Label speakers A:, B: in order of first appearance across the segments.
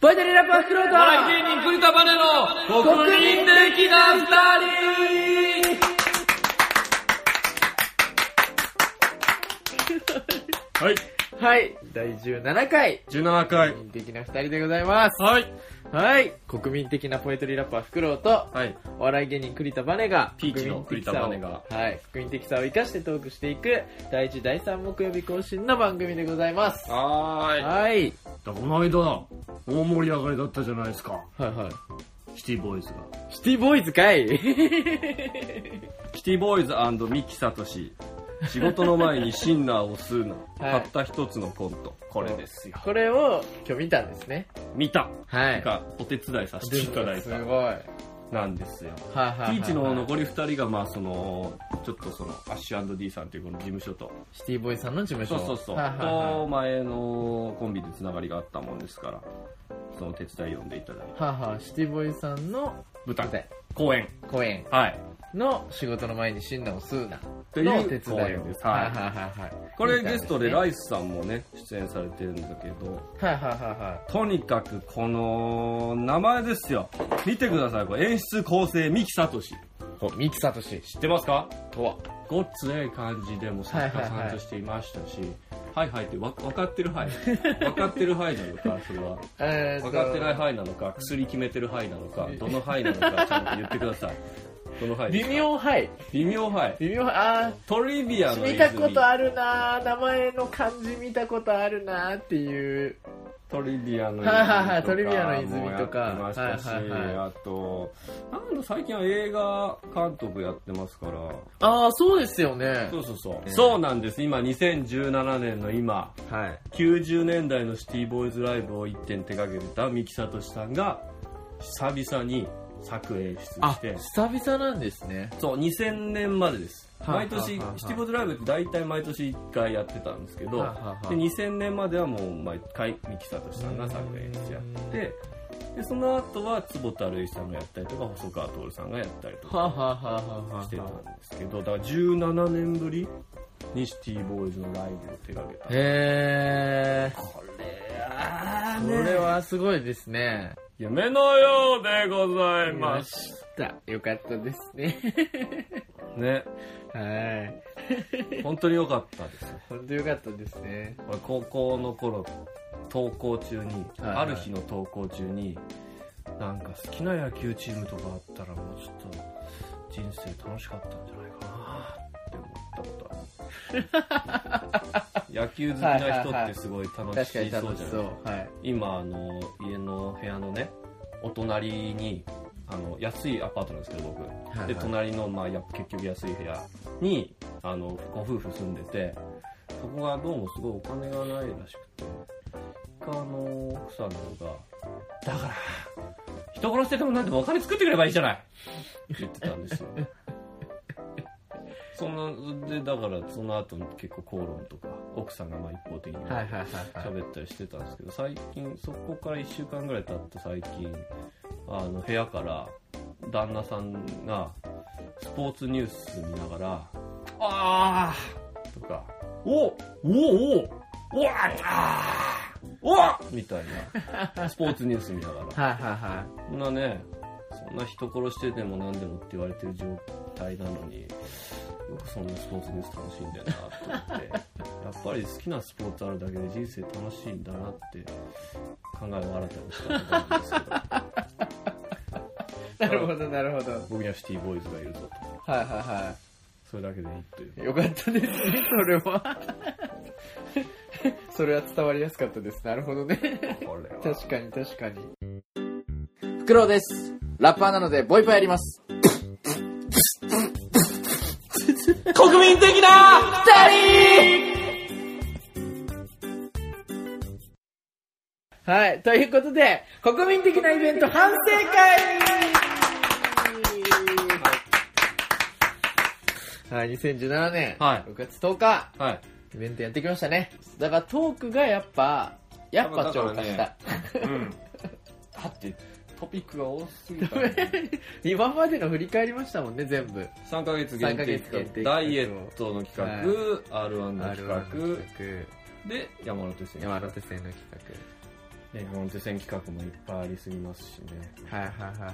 A: ボイトレラップは黒
B: お
A: 田
B: 笑い芸人栗田バネの国民的な二人はい、
A: はい、第17回、
B: 17回。
A: 国民的な二人でございます。
B: はい。
A: はい、国民的なポエトリーラップはフクロウと、
B: はい。
A: お笑い芸人栗田バネが、
B: ピーチの栗田バネが
A: 国民的さをはい、国民的さを生かしてトークしていく、第1、第3木曜日更新の番組でございます。
B: は
A: はい、
C: だこの間、大盛り上がりだったじゃないですか。
A: はいはい。
C: シティボーイズが。
A: シティボーイズかい
B: い。キティボーイズミキサトシ。仕事の前にシンナーを吸うな。
A: はい
B: たった一つのコント。これですよ。
A: これを今日見たんですね。
B: 見た。
A: は
B: なん
A: い。
B: か、お手伝いさせていただい
A: す
B: た
A: ごい。。はい
B: なんですよ。
A: はい
B: ピ
A: はい。
B: ーチの残り二人が、まあ、その、ちょっとその、アッシュ &D さんというこの事務所と、
A: シティボーイズさんの事務
B: そ
A: 所。
B: うそうそう、
A: はいはいはい
B: と、前のコンビでつながりがあったもんですから、その手伝い呼んでいただいて、
A: はあはあ、シティボーイズさんの
B: 舞
A: 舞
B: 台、
A: 台、
B: 公演、
A: 公演
B: はい。
A: の仕事の前に診断をするな
B: という
A: のお手伝いを。はい
B: 公演です
A: は
B: はいい
A: はいはい。
B: これゲストで
A: は
B: ラ
A: い
B: イスさんもね、出演されてるんだけど、
A: はいは
B: とにかくこの名前ですよ。見てください、これ演出構成、三木聡。知
A: いはい。ミキサトシ
B: ってますか
A: とは。
B: ごっつええ感じでも作家さんとしていましたし、はいはいってわ分かって る範囲。分かってる範囲なのか、それは。
A: えー
B: 分
A: と
B: かってない範囲なのか、薬決めてる範囲なのか、どの範囲なのか、ちゃんと言ってください。どの範囲です
A: 微
B: か
A: 妙はい。
B: 微妙範囲。
A: 微妙はい。
B: トリビ
A: あ
B: ア
A: ー、
B: の泉
A: 見たことあるなー名前の漢字見たことあるなーっていう。
B: トリビアの
A: はいはいはいトリビアの泉
B: もや
A: と
B: っ
A: か
B: てましたし、
A: はいはいは
B: あと、なんだ最近は映画監督やってますから、
A: ああ、そうですよね
B: そうそうそう。そうなんです。今、2017年の今、
A: はい。
B: 90年代のシティボーイズライブを一点手掛けてた三木聡さんが久々に作演出
A: あ
B: し、て
A: 久々なんですね。
B: そう2000年までです
A: はい
B: 毎年
A: はいはいはい
B: シティボーイズライブって大体毎年1回やってたんですけど
A: はいはいはい
B: で2000年まではもう毎回三木聡さんが作演出やってでその後は坪田瑠唯さんがやったりとか細川徹さんがやったりと
A: はあ、
B: か
A: はあはあはあはあ
B: してたんですけどだから17年ぶりにシティボーイズのライブを手掛け
A: へ
B: た
A: え。
B: これは
A: これはすごいですね。
B: 夢のようでござい
A: ま
B: ま
A: し
B: す。
A: た。よかったですね。
B: ね、
A: はい。
B: 本当に良かったです。
A: 本当よかったですね。
B: 俺高校の頃、登校中に、
A: はいはい
B: ある日の登校中に、なんか好きな野球チームとかあったらもうちょっと人生楽しかったんじゃないかなって思ったこと ある。野球好きな人ってすごい楽
A: 確
B: し
A: か
B: そう
A: に
B: じゃな
A: 楽しそう
B: い。
A: はい。
B: 今、あの、家の部屋のね、お隣に、あの、安いアパートなんですけど、僕。
A: はい
B: で隣の、まあ、や結局安い部屋にあのご夫婦住んでてそこがどうもすごいお金がないらしくて一回あの奥さんの方が「だから人殺してでもなんでもお金作ってくればいいじゃない!」って言ってたんですよそんなでだからその後結構口論とか奥さんがまあ一方的に
A: はいはいはいはい。
B: 喋ったりしてたんですけど最近そこから1週間ぐらい経った最近あの部屋から旦那さんがスポーツニュース見ながら「あー!」とか「おおおおおわあーおわ!」みたいなスポーツニュース見な がら
A: はいはいは
B: そんなね、そんな人殺してでも何でもって言われてる状態なのに、よくそんなスポーツニュース楽しんでんなと思 って、やっぱり好きなスポーツあるだけで人生楽しいんだなって考えを新たにしたん ですけど、
A: い。なるほどなるほど。
B: 僕にはシティボーイズがいるぞと。
A: はいは
B: それだけでいいという
A: い。はい。よかったですね、それは。 それは伝わりやすかったです。なるほどね。
B: これは。
A: 確かに確かに。フクロウです。ラッパーなので、ボイパやります。
B: 国民的な
A: はい。ということで、国民的なイベント反省会はい、2017年、
B: はい
A: 6月10日、
B: はい。
A: イベントやってきましたね。だからトークがやっぱ、やっぱ超過し
B: だ
A: た
B: か。うん。だって、トピックが多すぎたね。
A: 今までの振り返りましたもんね、全部。
B: 3ヶ月
A: 三
B: 限定
A: ヶ月限定企
B: 企
A: 画
B: 画、ダイエットの企画、R1 の企画、
A: R1 の企
B: で、山手線。
A: 画山手線の企画。
B: ね、本当選企画もいっぱいありすぎますしね。
A: はいはいはい
B: うん、大
A: はい。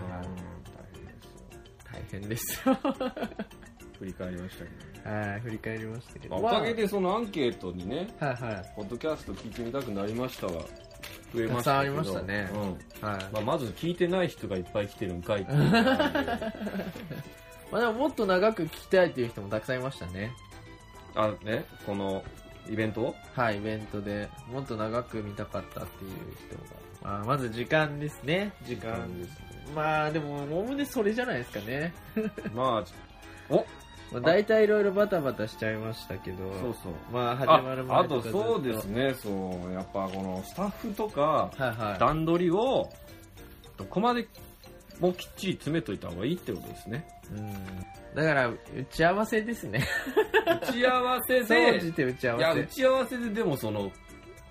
B: 変ですよ。
A: 大変ですよ。
B: 振り返りましたけどね。
A: はい、振り返りましたけど。
B: おかげでそのアンケートにね、
A: まあ。はいはい。
B: ポッドキャスト聞いてみたくなりましたが、増えましたけど
A: たくさんありましたね
B: うん。
A: はい。
B: まあ、まず聞いてない人がいっぱい来てるんかいっていうのがあるんで
A: まあでももっと長く聞きたいという人もたくさんいましたね。
B: あ、ね、このイベント
A: はい、イベントで。もっと長く見たかったっていう人が。まあ、まず時間ですね。時間。
B: です
A: まあでも、おおむねそれじゃないですかね。
B: ね。まあ、お
A: まあ、大体いろいろバタバタしちゃいましたけど。
B: そうそう。
A: まあ、
B: あ
A: 始まるま
B: あ
A: で
B: と
A: ずっ
B: そうです。ね、そう、やっぱこのスタッフとか、
A: はいは
B: 段取りを、どこまでもきっちり詰めといた方がいいってことです ね。
A: い。うん。だから、打ち合わせですね。
B: 打ち合わせ
A: 総
B: で、
A: じて打ち合
B: いや、
A: わせ。
B: 打ち合わせででもその、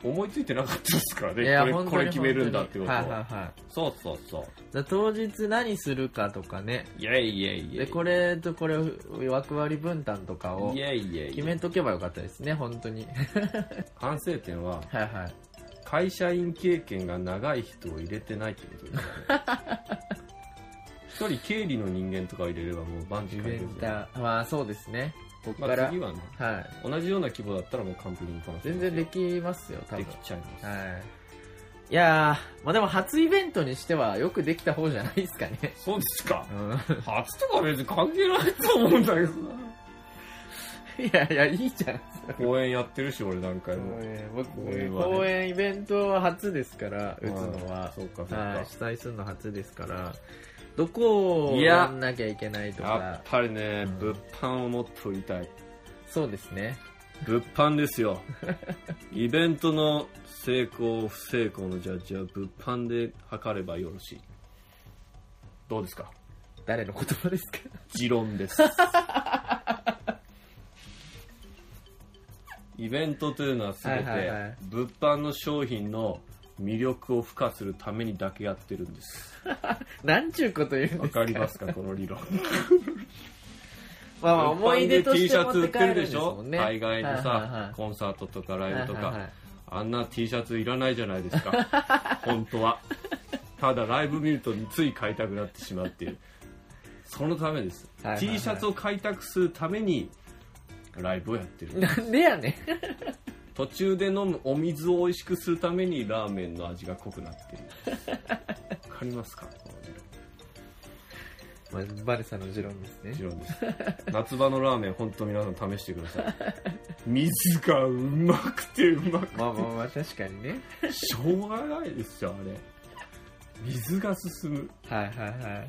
B: 思いついてなかったですからね。これ、
A: 本当
B: こ
A: に
B: れ決めるんだってこと
A: 本当にはいはいはい。
B: そうそうそう。
A: だから当日何するかとかね。
B: イェイイェイイェイ。
A: で、これとこれを枠割り分担とかを
B: イェイイェイイェイ。
A: 決めとけばよかったですね、本当に。
B: 反省点は、
A: はいはい。
B: 会社員経験が長い人を入れてないってこ とですね。一人経理の人間とかを入れればもう万事
A: イ
B: 完
A: ベ
B: 了
A: ン
B: じ
A: タ
B: ゃん
A: ー。まあそうですね。ここ
B: ま
A: から。
B: あ次はね、
A: はい。
B: 同じような規模だったらもう完璧にいかな
A: 全然できますよ、多
B: で
A: 分
B: き。ちゃいます。
A: はい。いやー、まあでも初イベントにしてはよくできた方じゃないですかね。
B: そうですか
A: う。ん。
B: 初とか別に関係ないと思うんだけどな。
A: いやいや、いいじゃん。
B: 公演やってるし、俺何回も。
A: 僕、
B: 公演はね
A: 公演イベントは初ですから、打つの
B: あ
A: は。
B: そうか、そう
A: はい、
B: か。
A: 主催するの初ですから、どこを
B: いや
A: やんなきゃいけないと
B: や
A: か
B: っ、ぱりね、
A: うん
B: 物販をもっと売りたい。
A: そうですね。
B: 物販ですよ。イベントの成功、不成功のジャッジは物販で測ればよろしい。どうですか
A: 誰の言葉ですか
B: 持論です。イベントというのは全て
A: はいはいはい
B: 物販の商品の魅力を付加するためにだけやってるんです。
A: なんちゅうこと言うん
B: わ
A: です
B: か
A: か
B: ります か、この理論。
A: まあまあ、思い出として
B: T シャツ売
A: 持
B: っ
A: ってて
B: る
A: 帰る
B: で
A: ん
B: し
A: です
B: ょ、
A: もんね。
B: 海外のさ、
A: はいはいはい
B: コンサートとかライブとか、
A: はいはいはい
B: あんな T シャツいらないじゃないです か本当はただライブ見るとつい買いたくなってしまうっていうそのためです、
A: はいはいはい
B: T シャツを開拓するためにライブをやってる
A: なんでやねん。
B: 途中で飲むお水を美味しくするためにラーメンの味が濃くなってるわかりますかこの理論
A: まあ、バルサの持論ですね
B: もち。ろんです。夏場のラーメン、本当皆さん試してください。水がうまくてうま く
A: まあまあまあ、確かにね。
B: て、しょうがないですよ、あれ。水が進む。
A: はいはいは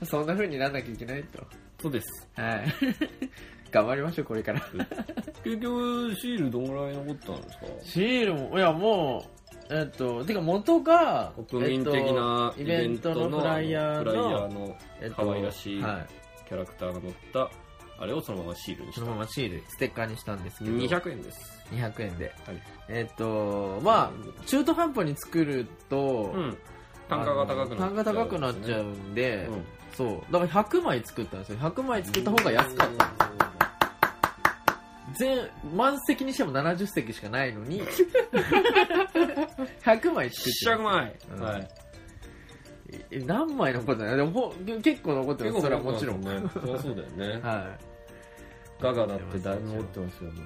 A: い。 そんな風になんなきゃいけないと。
B: そうです。
A: はい。頑張りましょう、これから。
B: 結局、シールどんぐらい残ったんですか
A: シールも、いやもう、えっと、てか元が、
B: 国民的な
A: えっとイベントのフライヤー
B: フライヤ
A: の
B: ー、の
A: えっと
B: 可愛らしい
A: はい。
B: キャラクターが載った、あれをそのままシールにし
A: そ
B: た
A: の。ままシール、ステッカーにしたんですけど、
B: 200円です。
A: 200円で。
B: はい。
A: えっと、まあ、中途半端に作ると、
B: うん。単価が高くなっちゃう、
A: 単価高くなっちゃ
B: う。
A: うんで、
B: うん。
A: そう。だから100枚作ったんですよ。100枚作った方が安かった。全、満席にしても70席しかないの に、100枚作って
B: 700枚、
A: うん
B: はい。
A: え何枚残ってないでもほん結構残ってます。それはもちろん。
B: ね。そりゃそうだよね。
A: は
B: ガガだってだいぶ持ってますよ、もう。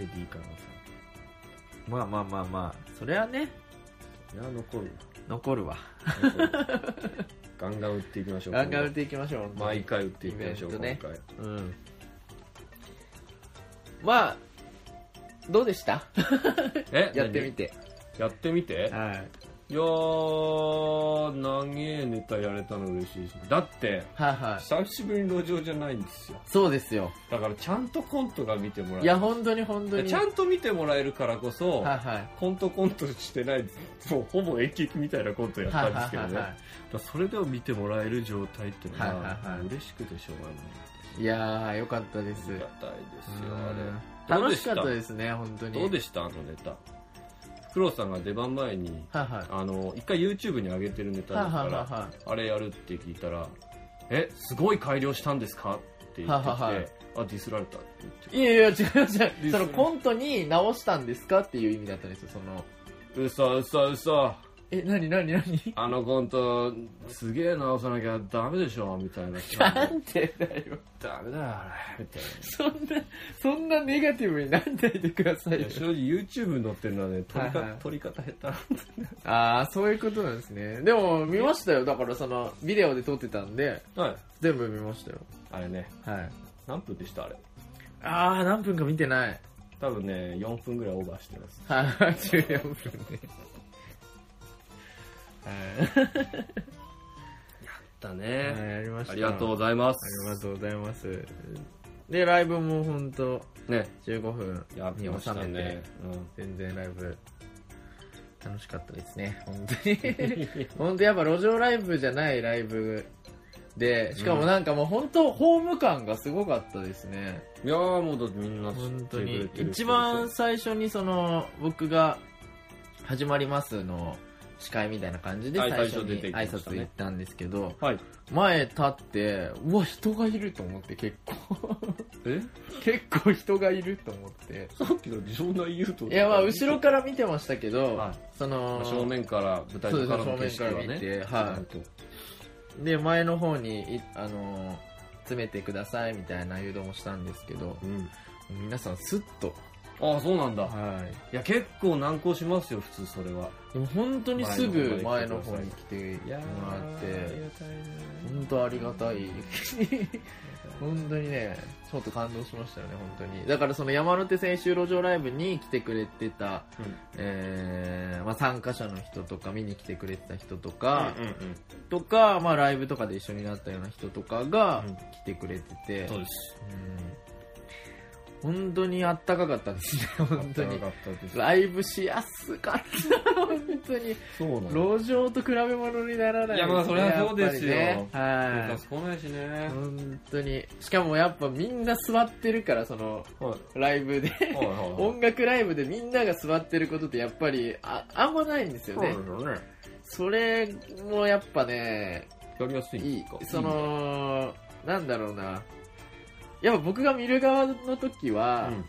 B: レディーカナさ
A: い。まあまあまあまあ、それはね、
B: ん。いや、 残る
A: 残るわ。
B: わ。残るガンガン売っていきましょう。
A: ガンガン売っていきましょう。本当に
B: 毎回売っていきましょう、
A: イベン
B: 今
A: ト
B: 回。
A: うん。まあ、どうでした
B: え
A: やってみて。
B: 何やってみて
A: はい。
B: いやー、長えネタやれたの嬉しいし。だって、
A: はいはい。
B: 久しぶりの路上じゃないんですよ。
A: そうですよ。
B: だからちゃんとコントが見てもらえる。
A: いや、本当に本当に。
B: ちゃんと見てもらえるからこそ、
A: はいはい。
B: コントコントしてない、もうほぼ演劇みたいなコントやったんですけどね。だ
A: は
B: からそれでも見てもらえる状態っていうの
A: はいはい
B: は
A: はい
B: 嬉しくてしょうがない。
A: い。いやー、よかったで
B: あ
A: す。
B: りがたいですよ、あれ。。
A: 楽しかったですすね、本当に。
B: どうでしたあのネタ。フクロウさんが出番前に、
A: はいはい。
B: あの、一回 YouTube に上げてるネタ
A: は
B: だ
A: い
B: か
A: はい
B: ら、
A: は
B: あれやるって聞いたら、え、すごい改良したんですかって言ってきて、
A: はいはいは
B: あ
A: い、
B: ディスられたって言っちゃ
A: いはい。いやいや、違う違う。そのコントに直したんですかっていう意味だったんですよ、その。
B: う嘘嘘嘘
A: え、なになになに
B: あのコントすげえ直さなきゃダメでしょみたい な
A: なんでだよ。
B: ダメだよあれみたいな
A: そんな、そんなネガティブになんないでください
B: い
A: よ
B: や。正直 YouTube に載ってるのはね撮り,、
A: はいはい
B: 撮り方下手
A: ああ、そういうことなんですね。でも、見ましたよ。だから、その、ビデオで撮ってたんで、
B: はい
A: 全部見ましたよ。
B: あれね
A: はい。
B: 何分でしたあれ
A: ああ、何分か見てない。
B: 多分ね4分ぐらいオーバーしてます
A: はい、14分で。はい
B: だ
A: はい、
B: ね、
A: やりました。
B: ありがとうございま
A: あ
B: す
A: りがとうございます。で、ライブもほんと、
B: ね
A: 15分
B: やって
A: に
B: まし
A: 収
B: た
A: めて、
B: ね、うん
A: 全然ライブ、楽しかったですね。本当に。 本当やっぱ路上ライブじゃないライブで、しかもなんかもう本当ホーム感がすごかったですね。
B: いやーもうだってみんな知って
A: 本
B: く
A: 当
B: れて
A: に
B: る。
A: 一番最初にその、僕が、始まりますの司会みたいな感じで
B: はい
A: 最
B: 最
A: 初
B: 初
A: に
B: 出てきま
A: 挨
B: したね
A: 拶行ったんですけど、
B: はい
A: 前立って、うわ、人がいると思って結構。
B: え
A: 結構人がいると思って。
B: さっきの場内優等
A: いや、まあ、後ろから見てましたけど、
B: はい
A: その、
B: 正面から舞台
A: そうで
B: 上
A: すね
B: からの景色は
A: 正面から見て
B: ね
A: はいで、前の方に、いあのー詰めてくださいみたいな誘導もしたんですけど、
B: うん
A: 皆さんスッと。
B: ああそうなんだ、
A: はい。
B: や結構難航しますよ普通それはい
A: でも本当にすぐ前
B: 前
A: の
B: の方
A: 方に
B: に
A: 来ても
B: や
A: らっ
B: ーあり
A: て、
B: がたいね
A: 本当ありが たい。本当にね、ちょっと感動しましたよね、本当に。だからその山手線就路上ライブに来てくれてた、えーまあ、参加者の人とか見に来てくれてた人とか、
B: うんうんうん
A: とか、まあ、ライブとかで一緒になったような人とかが
B: うん
A: 来てくれてて、
B: そうです
A: うん本当にあったかかったですね本当
B: よ
A: に
B: かったです
A: ライブしやすかった本当に
B: そうなんだ
A: 路上と比べ物にならない
B: いやまあそれはそうですよ
A: やっぱりね
B: 来ないしね
A: はい本当にしかもやっぱみんな座ってるからその
B: はい
A: ライブで
B: はいはいはい
A: 音楽ライブでみんなが座ってることってやっぱりああんまないんですよね
B: そうだね
A: それもやっぱね
B: やりやすい
A: いい
B: か
A: そのなんだろうなやっぱ僕が見る側の時
B: う
A: は、
B: ん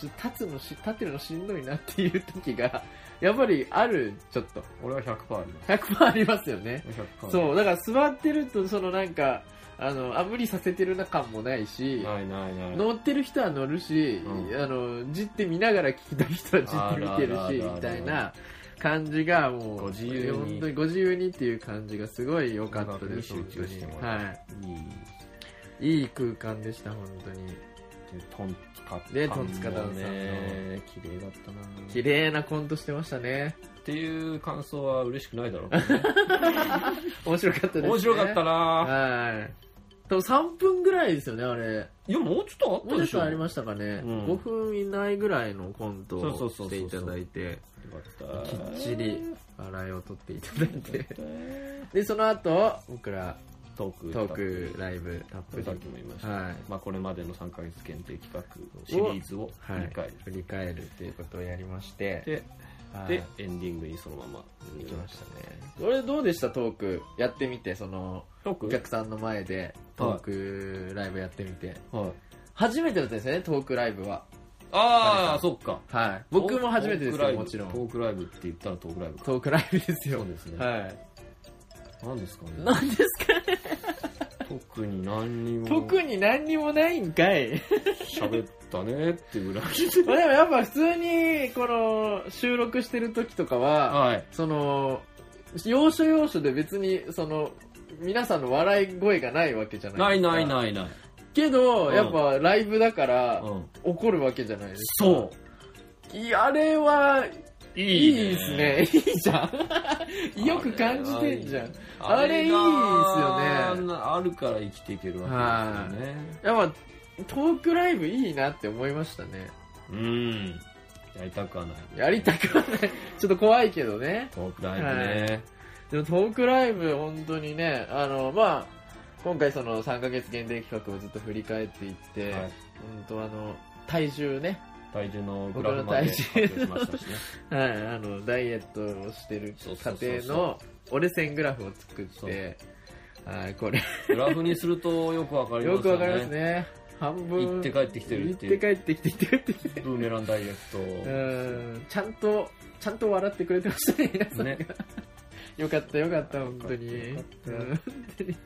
A: ちょっと立つのし立ってるのしんどいなっていう時が やっぱりあるちょっと
B: 俺は100%ありま
A: 100%ありますよね、
B: す100%
A: そうだから座ってるとそのなんかあのあ無理させてるな感もないし、
B: ないないない
A: 乗ってる人は乗るし、
B: うん
A: あのじって見ながら聞きたい人はじって見てる
B: あるあるあるあ
A: し
B: る
A: みたいな感じがもう
B: ご自由に
A: 本当にご自由にっていう感じがすごい良かったです
B: 音楽に集中してもらう
A: はい
B: いい
A: いい空間でした、本当に。
B: でトンツカタン
A: でトンツカタンさんの
B: ね綺麗だったな
A: 綺麗なコントしてましたね。
B: っていう感想は嬉しくないだろ うけどね、
A: 面白かったですね。
B: 面白かったな
A: はい。多分3分ぐらいですよね、あれ。
B: いやもうちょっとあ
A: も
B: った
A: う
B: で
A: ち
B: し
A: ょっ
B: ょ
A: とありましたかね。
B: うん
A: 5分以内ぐらいのコント
B: そ
A: を
B: うそうそうそう
A: していただいて、
B: よか
A: き
B: った
A: っちり笑いを取っていただいて。
B: え
A: で、その後、僕ら
B: ートーク
A: トーク、ライブ、たっぷり
B: さっ。きも言いました、
A: はい。
B: まあ、これまでの3ヶ月限定企画のシリーズを振
A: は
B: り
A: い
B: 返る、。
A: 振り返るっていうことをやりまして。
B: で
A: はい
B: で、エンディングにそのまま
A: 行きましたね。これどうでしたトークやってみて、その、
B: トーク
A: お客さんの前でトークライブやってみて、
B: はい、
A: 初めてだったんですよねトークライブは
B: ああそっか
A: はい僕も初めてですよもちろ
B: ト
A: ん
B: ークライブって言ったらトークライブか
A: トークライブです
B: そ
A: よ
B: うですね、
A: はい
B: 何ですか ね
A: 何ですか
B: 特に何にも
A: 特に何にもないんかい
B: 喋ったねってぐらい
A: まあでもやっぱ普通にこの収録してる時とかは
B: はい
A: その要所要所で別にその皆さんの笑い声がないわけじゃな
B: ないい
A: ですか
B: ないないない、
A: けど、
B: うん
A: やっぱライブだから
B: うん、
A: 怒るわけじゃないですか
B: そう
A: いやあれは
B: うい
A: いいですね。いいじゃ ん。よく感じてんじゃん。あれいいっすよね
B: ねあるから生きていけるわけですよね
A: やっぱ、トークライブいいなって思いましたね。
B: うんやりたくはない
A: やりたくはない。 ちょっと怖いけどね。
B: トークライブね、
A: でもトークライブ、本当にね、あの、まあ、今回その3ヶ月限定企画をずっと振り返っていって、
B: はい
A: 本当あの、体重ね、
B: 体重のグラフまで発表しましたしね
A: はい、あの、ダイエットをしてる
B: そう
A: 過
B: そうそ
A: 程
B: うそう
A: の折れ線グラフを作っ
B: そう
A: て、はい、これ、
B: グラフにするとよくわかります
A: よ
B: よ
A: くわかりますね。半分
B: 行って帰ってきてるってい
A: 行って帰ってきて行って帰ってきて
B: ブーメランダイエッ
A: う
B: ト
A: んちゃんとちゃんと笑ってくれてましたね皆さん
B: ね
A: よかったよかった本当に
B: よかったよか
A: うん本当に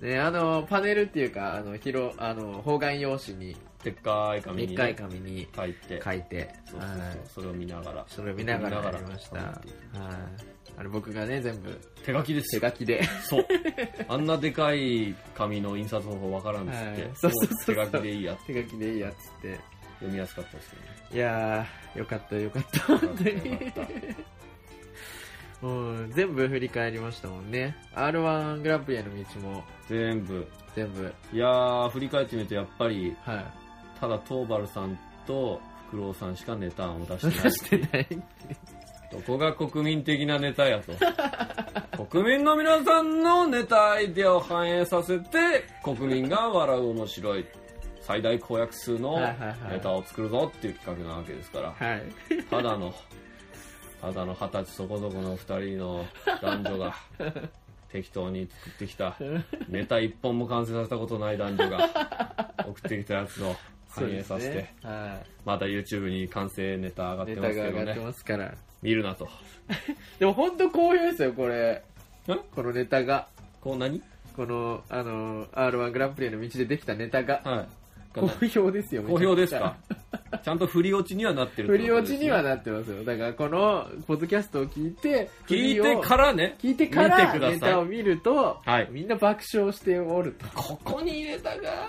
A: ねあのパネルっていうかあの広あの方眼用紙に
B: でっかい紙
A: でっ
B: に
A: かい
B: ね
A: 紙に
B: 書いて
A: 書いて
B: そうそう
A: はい
B: そうそれを見ながら
A: それを見ながらやりました
B: 見なが
A: は
B: ら
A: いあれ僕がね全部
B: 手書きです
A: 手
B: よ
A: 書きで
B: そうあんなでかい紙の印刷方法わからんっつって、
A: はいそうそうそうそう
B: も手書きでいいや
A: 手書きでいいやっつって
B: 読みやすかったですよね
A: いやーよかったよかった本当
B: よ
A: に
B: かった
A: うん全部振り返りましたもんね r 1グランプリへの道も
B: 全部
A: 全部
B: いやー振り返ってみるとやっぱり
A: はい
B: ただトーバルさんとフクロウさんしかネタ案を出してな
A: 出
B: い
A: してない
B: どこが国民的なネタやと国民の皆さんのネタアイデアを反映させて国民が笑う面白い最大公約数の
A: はいはいはい
B: ネタを作るぞっていう企画なわけですから
A: はい
B: ただのただの二十歳そこそこの二人の男女が適当に作ってきたネタ一本も完成させたことない男女が送ってきたやつを反映さ
A: そ
B: せて、
A: うですねはい
B: まだ YouTube に完成ネタ上がって
A: ネ
B: ま
A: タ
B: す
A: が
B: け
A: 上
B: ど
A: がって
B: ね
A: ますから
B: 見るなと
A: でも本当好評ですよこれ
B: ん
A: このネタが
B: こう何
A: このあの r 1グランプリへの道でできたネタが
B: はい
A: 好評ですよめちゃ
B: 好
A: くちゃ
B: 評ですかちゃんと振り落ちにはなってる
A: 振り落ちには
B: な
A: なってますよだからこのポッドキャストを聞いて
B: 聞いてかららね
A: 聞いてから
B: 見てください
A: ネタを見ると、
B: はい
A: みんな爆笑しておると
B: ここに入れたが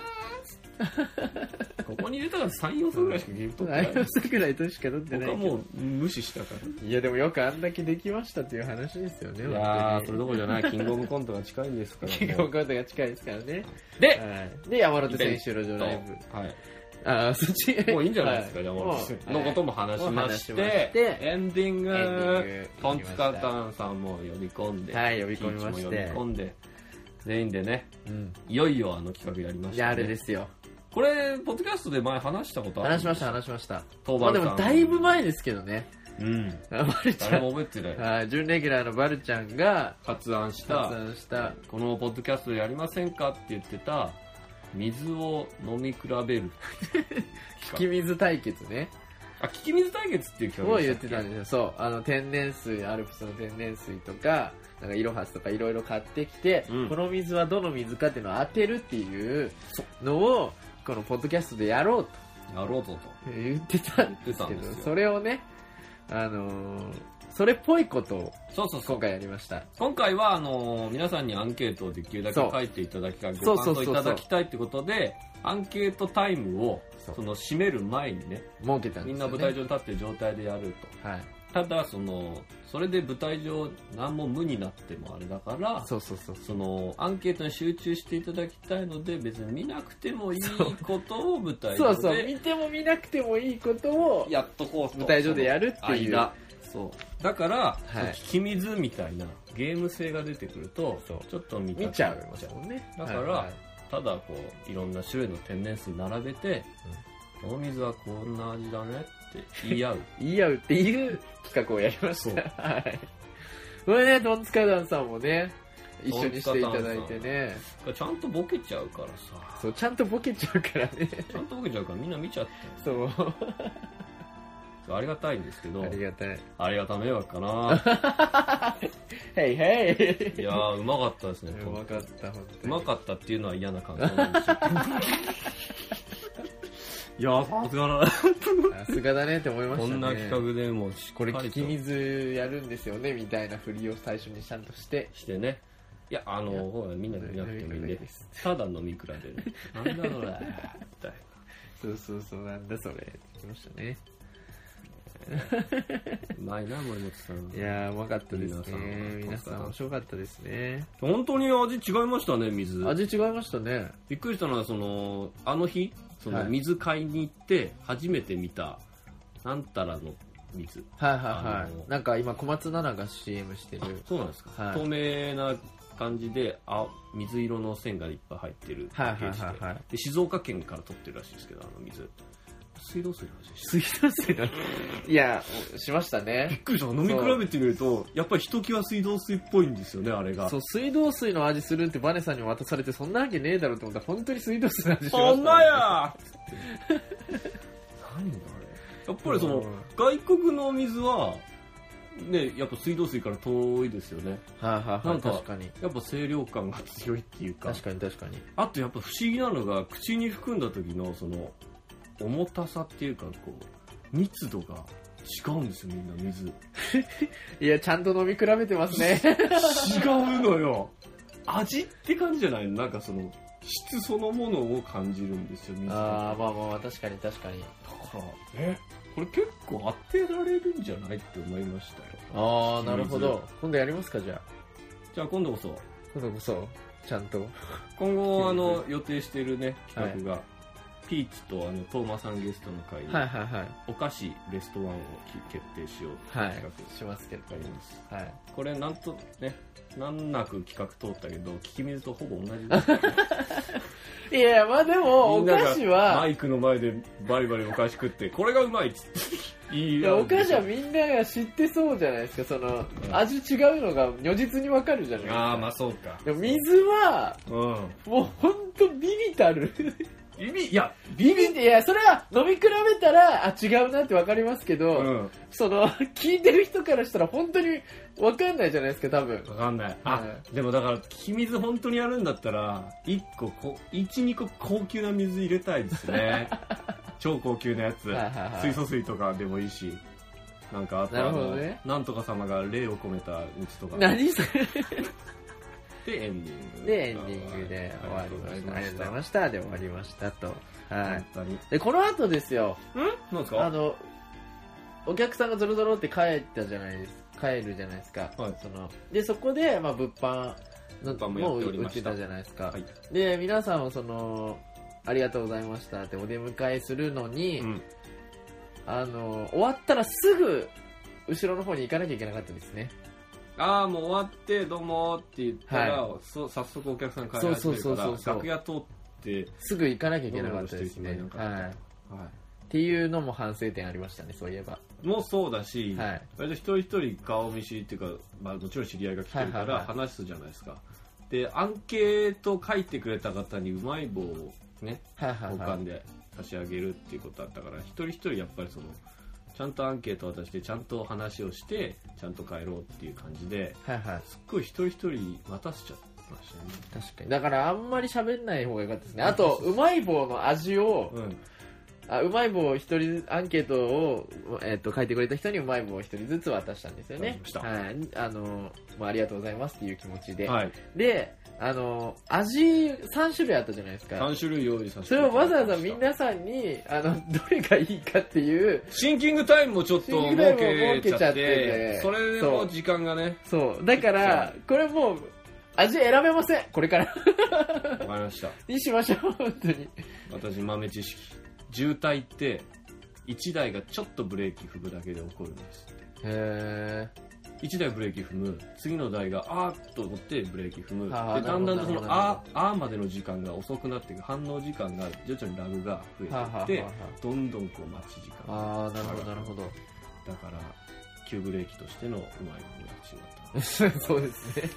B: ーここに入れたが3要素ぐらいしかゲーム取ってない
A: 内容したくらいとしか取って
B: 僕
A: ない
B: は
A: けど
B: もう無視したか
A: いやでもよくあんだけできましたっていう話ですよね
B: らいや
A: 本
B: ーそ
A: 当
B: れ
A: に
B: どころじゃないキングオブコントが近いんですから
A: キングオブコントが近 いですからね
B: で
A: はいで山手選手路上ライブ
B: はい
A: ああそっち
B: もういいんじゃないですか、じゃあ
A: も
B: も
A: う
B: う、のことも話しまして、
A: もう話しまして
B: エンディング、
A: エンディング
B: トンツカタンさんも呼び込んで、
A: はい呼び込みまして
B: キイチも呼び込んで、全員でね、
A: うん
B: いよいよあの企画やりまし
A: いや
B: た、
A: あれで
B: ね。
A: すよ
B: これ、ポッドキャストで前話したことある
A: 話しました話しました
B: 当
A: まあ
B: 番
A: で
B: さん
A: もだいぶ前ですけどね
B: うん。
A: あバルちゃ
B: 誰
A: ん
B: も覚えてない。
A: はい準レギュラーのバルちゃんが
B: 発案し
A: 発
B: た、
A: 案した
B: このポッドキャストでやりませんかって言ってた、水を飲み比べる。
A: 聞き水対決ね
B: あ、聞き水対決っていう企
A: を
B: 画
A: 言
B: で
A: っ
B: した
A: て
B: った
A: ん
B: け
A: ですよそうあの天然水アルプスの天然水とかなんかイロハスとかいろいろ買ってきて、
B: うん
A: この水はどの水かっていうのを当てるっていうのをこのポッドキャストでやろう
B: やろうぞと。
A: と言ってたんですけ
B: 言ってたん
A: ど
B: ですよ
A: それをねあのーそれっぽいことを
B: そうそうそう
A: 今。回やりました
B: 今回はあのー皆さんにアンケートをできるだけ
A: そう
B: 書いていただきたい
A: そ
B: ご
A: うそうそ
B: 感想
A: う
B: い
A: そう
B: ただきたいってことでアンケートタイムを
A: そう
B: その締める前にね
A: 儲けたんですよ、ね、
B: みんな舞台上に立ってる状態でやると
A: はい
B: ただそのそれで舞台上何も無になってもあれだから
A: そうそうそう
B: そのアンケートに集中していただきたいので別に見なくてもいいことを舞台
A: そ
B: 上
A: うそう
B: で
A: 見ても見なくてもいいことを
B: やっとこうと
A: 舞台上でやるっていう
B: 間そうだから、
A: い
B: 聞き水みたいなゲーム性が出てくると
A: そう
B: ちょっと見たく
A: 見
B: なっ
A: ちゃうもんね
B: だから
A: はいはい
B: ただこういろんな種類の天然水並べて、この水はこんな味だねって言い合う
A: 言い合うっていう企画をやりました。はい。これね、トンツカダンさんもね、一緒にしていただいてね、
B: ちゃんとボケちゃうからさ
A: そう、ちゃんとボケちゃうから ね。
B: ちゃんとボケちゃうからみんな見ちゃって
A: そう。
B: ありがたいんですけど
A: ありがたい。
B: ありがた迷惑かな
A: ヘイヘ
B: いやーうまかったですね
A: イうまかった、本当
B: う
A: に。
B: まかったって いうのは嫌な感想なんですよいやーさすがだな
A: さすがだねって思いました
B: こ
A: ね。
B: んな企画でもしっ
A: こ
B: か
A: れ
B: りと
A: 聞き水やるんですよね、みたいな振りを最初にちゃんとして。
B: してねいやあのほらみんなで見なくてもいいんでただ飲み比べるなんだこれみたい
A: そうそうそう、なんだそれ。ってきましたね。
B: なうまいな森本さん
A: いやー、うまかったですね。皆
B: 皆
A: さ
B: さん
A: ん、面白かったですね。
B: 本当に味違いましたね水
A: 味違いましたね。
B: びっくりしたのはそのあの日その
A: はい
B: 水買いに行って初めて見たなんたらの水
A: はいはいは
B: あの
A: い。なんか今、小松菜奈が CM して
B: あ
A: る。
B: そうなんですか、
A: はい
B: 透明な感じであ水色の線がいっぱい入ってる
A: はいはい
B: パッケージで
A: はいはい
B: で静岡県から取ってるらしいですけどあの水水道水の味
A: 水道水の、 いや、しました
B: び
A: ね。
B: っくりした飲み比べてみるとやっぱりひときわ水道水っぽいんですよねあれが
A: そう、水道水の味するってバネさんに渡されて、そんなわけねえだろうと思ったら、本当に水道水の味しました、ね。
B: ほんま や
A: 何だあれ。
B: やっぱりその、外国のお水は、ね、やっぱ水道水から遠いですよね。
A: はいはいは
B: なん
A: い。
B: か
A: 確かに。
B: やっぱ清涼感が強いっていうか。
A: 確かに確かに。
B: あとやっぱ不思議なのが、口に含んだ時のその、重たさっていうか、こう、密度が違うんですよ、みんな水。
A: い
B: 違
A: や、ちゃんと飲み比べてます ね。
B: うのよ。味って感じじゃないのなんかその、質そのものを感じるんですよ、水って。
A: ああ、まあまあまあ、確かに確かに。
B: だから、え、これ結構当てられるんじゃないって思いましたよ。
A: ああ、なるほど。今度やりますか、じゃあ。
B: じゃあ今度こそ、
A: 今度こそ、ちゃんと。
B: 今後あの予定してるね企画が、ピーチとあのトーマさんゲストの会で、
A: はいはいはい。
B: お菓子ベストワンをき決定しようって
A: はい
B: いう企
A: しますけど
B: 画。があります、
A: はい。
B: これなんとね難なく企画通ったけど聞き水とほぼ同じです
A: いや、まあでも、
B: み
A: お
B: んなが
A: 菓子
B: マ
A: は、
B: イクの前でバリバリお菓子食ってこれがうまいっ つっていい
A: いや、お菓子はみんなが知ってそうじゃないですか、その、
B: ん
A: 味違うのが如実にわかるじゃないですか。
B: ああまあそうか
A: でも水は、
B: うん
A: もうほんとビビた る。
B: 意味いや
A: ビビって、いや、それは飲み比べたら、あ、違うなってわかりますけ
B: う
A: ど、
B: ん
A: その、聞いてる人からしたら本当にわかんないじゃないですか、多分。
B: わかんない。あ、
A: は
B: でもだから、黄水本当にやるんだったら、一個こ、一、二個高級な水入れたいです ね。超高級なやつ
A: はいはいは。い
B: 水素水とかでもいいし。なんか、あと
A: な
B: あ
A: るほ
B: の、
A: どね
B: なんとか様が霊を込めた水とか。で、
A: 何それ
B: エンディング。
A: で、エンディングで終わりました。ありがとうございました。で、終わりましたと。は
B: 本
A: い。
B: 当に。
A: で、この後ですよ、
B: なんですか
A: あの、お客さんがゾロゾロって帰ったじゃないです帰るじゃないですか。
B: はい
A: そので、そこで、まあ、物販の
B: 物販もやってお
A: も
B: り
A: う
B: ま
A: 打
B: し
A: ち
B: た
A: たじゃないですか。
B: はい。
A: で、皆さんをその、ありがとうございましたってお出迎えするのに、
B: うん。
A: あの、終わったらすぐ、後ろの方に行かなきゃいけなかったですね。
B: ああ、もう終わって、どうもーって言ったら、
A: は
B: そ早速お客さん帰り始める
A: そうそう
B: か
A: そうそう、そう
B: ら楽屋通って、
A: すぐ行かなきゃいけなかったですね
B: どう。もどうもして
A: はい。っ
B: は
A: ていうのも反省点ありましたね、そういえば。
B: い。もうそうだし、
A: はい。
B: 割と一人一人顔見知りっていうか、まあ、もちろん知り合いが来てるか
A: はいはいは
B: ら
A: い
B: 話すじゃないですか、でアンケート書いてくれた方にうまい棒をね
A: はいはい
B: 交
A: はい
B: 換。で差し上げるっていうことだったから一人一人やっぱりそのちゃんとアンケート渡してちゃんと話をしてちゃんと帰ろうっていう感じで
A: はいはい。
B: すっごい一人一人待たせちゃいましたね
A: 確かに。だからあんまり喋んない方が良かったですね。あと、うまい棒の味を、
B: うん
A: あうまい棒を一人ずつアンケートを、えっと書いてくれた人にうまい棒を一人ずつ渡したんですよ
B: わか
A: ね
B: りました
A: はいあの、まあ、ありがとうございますっていう気持ちで、
B: はい
A: であの味3種類あったじゃないですか
B: 3種類用意させて
A: それをわざわざ
B: いただきました
A: 皆さんにあの どれがいいかっていう
B: シンキングタイムもちょっと
A: シンキン
B: 設
A: グタイム
B: け
A: を
B: ち
A: 設けち
B: ゃ
A: ゃ
B: っ
A: って
B: て
A: て
B: それでもう時間がね
A: そうだからこれもう味選べませんこれから
B: わかりました
A: にしましょう本当に
B: 私豆知識渋滞って1台がちょっとブレーキ踏むだけで起こるんです
A: へ
B: 1台ブレーキ踏む次の台があーっと思ってブレーキ踏むで
A: あーな
B: だ
A: る
B: ん
A: ほど
B: だんとそ
A: なる
B: の
A: ほど
B: あーあーまでの時間が遅くなっていく反応時間が徐々にラグが増え
A: はあはあは
B: ていって
A: あは
B: どんどんこう待ち時間が
A: ああーなるほどなるほど
B: だから急ブレーキとしてのうまい棒が必要だっ た
A: そうですね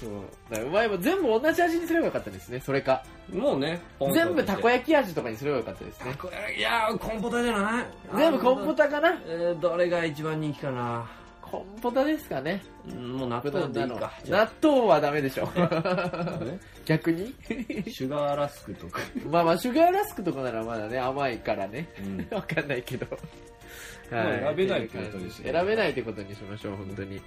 A: そうだからうまい棒全部同じ味にすればよかったですねそれか
B: もうねポンと
A: 全部たこ焼き味とかにすればよかったです
B: た
A: ね
B: こ焼きいやーコンポタじゃない
A: 全部コンポタかな
B: えーどれが一番人気かな
A: コンポタですかね
B: うんもう納豆でいいかじゃ
A: 納豆はダメでしょ
B: あね
A: 逆に
B: シュガーラスクとか、
A: まあまあシュガーラスクとかならまだね甘いからね
B: うん、
A: わかんないけど、
B: まあ選べないってことにしよう
A: 選べないってことにしましょう本当に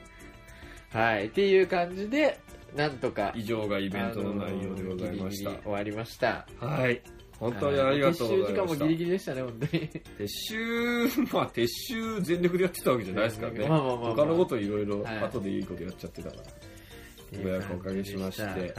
A: はいっていう感じでなんとか
B: 以上がイベントの内容でござ
A: あのーギ
B: いまし
A: リギ
B: た
A: リ終わりました
B: はい本当にありがとうござ
A: 撤収
B: いま
A: 時間も
B: した
A: ギリギリでしたね本当に
B: 撤収まあ撤収全力でやってたわけじゃないですからね
A: まあまあまあまあ
B: 他のこといろいろ
A: はい
B: 後でいいことやっちゃってたから、ご迷惑をおかけしまして
A: はい、
B: はい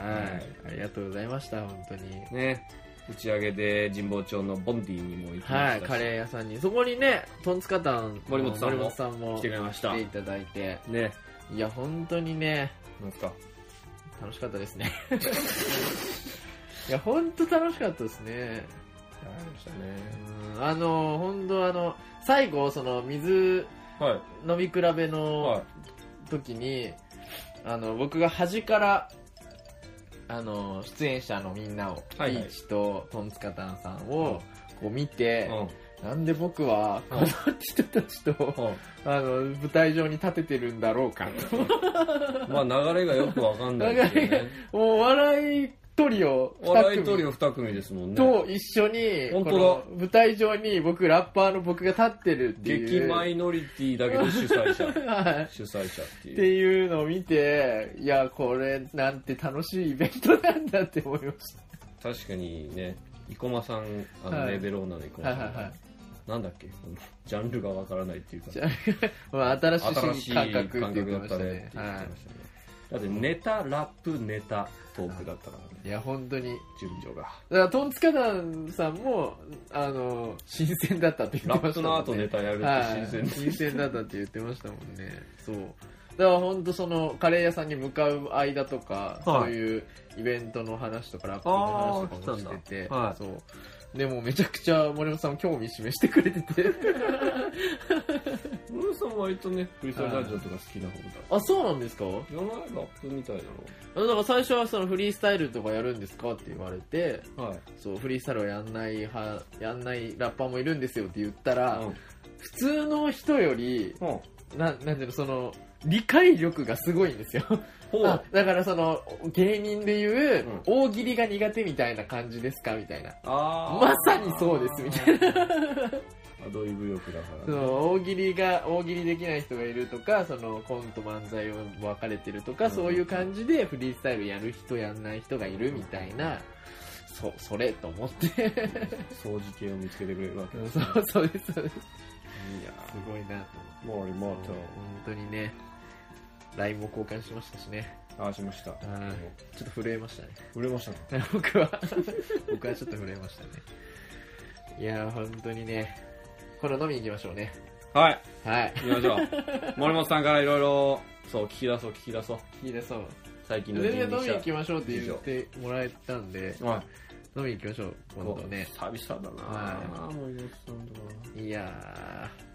A: ありがとうございました本当に
B: ね打ち上げで神保町のボンディにも行きましたし、
A: はいカレー屋さんにそこにねトンツカタンの
B: 森本さんも
A: 森本さんも
B: 来
A: 来
B: てく
A: て
B: れました
A: いただいて
B: ね
A: いや本当にね
B: なんか
A: 楽しかったですねいや本当楽しかったですね
B: ありましたね。
A: うんあの本当あの最後その水
B: はい。
A: 飲み比べの
B: は
A: 時に、あの僕が端からあの出演者のみんなを、
B: はいはい
A: リーチとトンツカタンさんをこう見て、
B: い。
A: なんで僕はこの人たちと
B: うん。
A: あの舞台上に立ててるんだろうかと
B: うん。まあ流れがよくわかんないですよ
A: 流れ
B: ね。
A: もう笑いトリオ
B: 笑い
A: 2
B: トリ
A: 組
B: オ二組ですもんね。
A: と一緒に
B: 本当
A: こ
B: だ
A: の舞台上に僕ラッパーの僕が立ってるっていう
B: 激マイノリティだけど主催 者。
A: はい
B: 主催者って
A: っ
B: い
A: て
B: う。
A: いうのを見て、いや、これなんて楽しいイベントなんだって思いまし
B: 確かにね、生駒さん、あの、
A: はい
B: レベル女の生駒
A: た。は
B: さ
A: いはいは
B: ん
A: い。。
B: なんだっけこのジャンルがわからないっていうか。
A: じゃあ、まあ、新し
B: 新
A: い
B: しい
A: 感
B: 感
A: 覚
B: 覚
A: って言ってまし
B: だっ
A: た
B: た
A: ね。
B: ねって言って
A: は
B: ましたね。だってネタ、ラップ、ネタ、トークだったからね、
A: い。いや、本当に。
B: 順序が。
A: だから、トンツカタンさんも、あの、新鮮だったって言
B: ラ
A: ってま
B: ッ
A: した
B: プ
A: もん
B: の
A: ね。
B: 後ネタやるって
A: はい
B: 新鮮です。
A: 新鮮だったって言ってましたもんね。そう。だから本当そのカレー屋さんに向かう間とか、そ
B: はい
A: ういうイベントの話とかラップの話とかもしてて、
B: あー来
A: そう。でもめちゃくちゃ森本さんも興味示してくれて て。
B: ムーさん割とね、フリースタイルラジオとか好きな方だ。
A: あ、そうなんですか
B: いらないラップみたいな
A: だから最初はそのフリースタイルとかやるんですかって言われて、
B: の。はい。
A: そう、フリースタイルはやんない派、やんないラッパーもいるんですよって言ったら、
B: うん。
A: 普通の人より、
B: ほ
A: な、なんていうの、その、理解力がすごいんですよ。
B: う。
A: あだからその芸人でいう
B: うん
A: 大喜利が苦手みたいな感じですかみたいな
B: あー
A: まさにそうですみた
B: いな。アドリブ力だから
A: そ
B: ね、
A: の大喜利が大喜利できない人がいるとかそのコント漫才を分かれてるとか、
B: うん
A: そういう感じでフリースタイルやる人やんない人がいるみたいな、そそれと思って
B: 掃除系を見つけてくれるわけです、
A: そ
B: ね。
A: うそうですそうです
B: いや
A: すごいなと
B: ー、モーリーモ
A: 思っ
B: ー
A: て
B: ト
A: 本。当にね LINE も交換しましたしね
B: ああ、しました。
A: んちょっと震えましたね
B: 売れましたね。
A: 僕は僕はちょっと震えましたねいやー本当にねこれ飲みに行きましょうね
B: はい、
A: はい
B: 行きましょう。 森本さんからいろいろ、そう、聞き出そう、聞き出そう。
A: 聞いてそう
B: 最近
A: 全
B: の
A: 然飲み
B: 人
A: に
B: 力
A: 行
B: 車
A: きましょうって言ってもらえたんで
B: はい。
A: 飲みに行きましょう今度ね
B: 久々だな
A: は
B: ぁ、森本さんとか。
A: いやー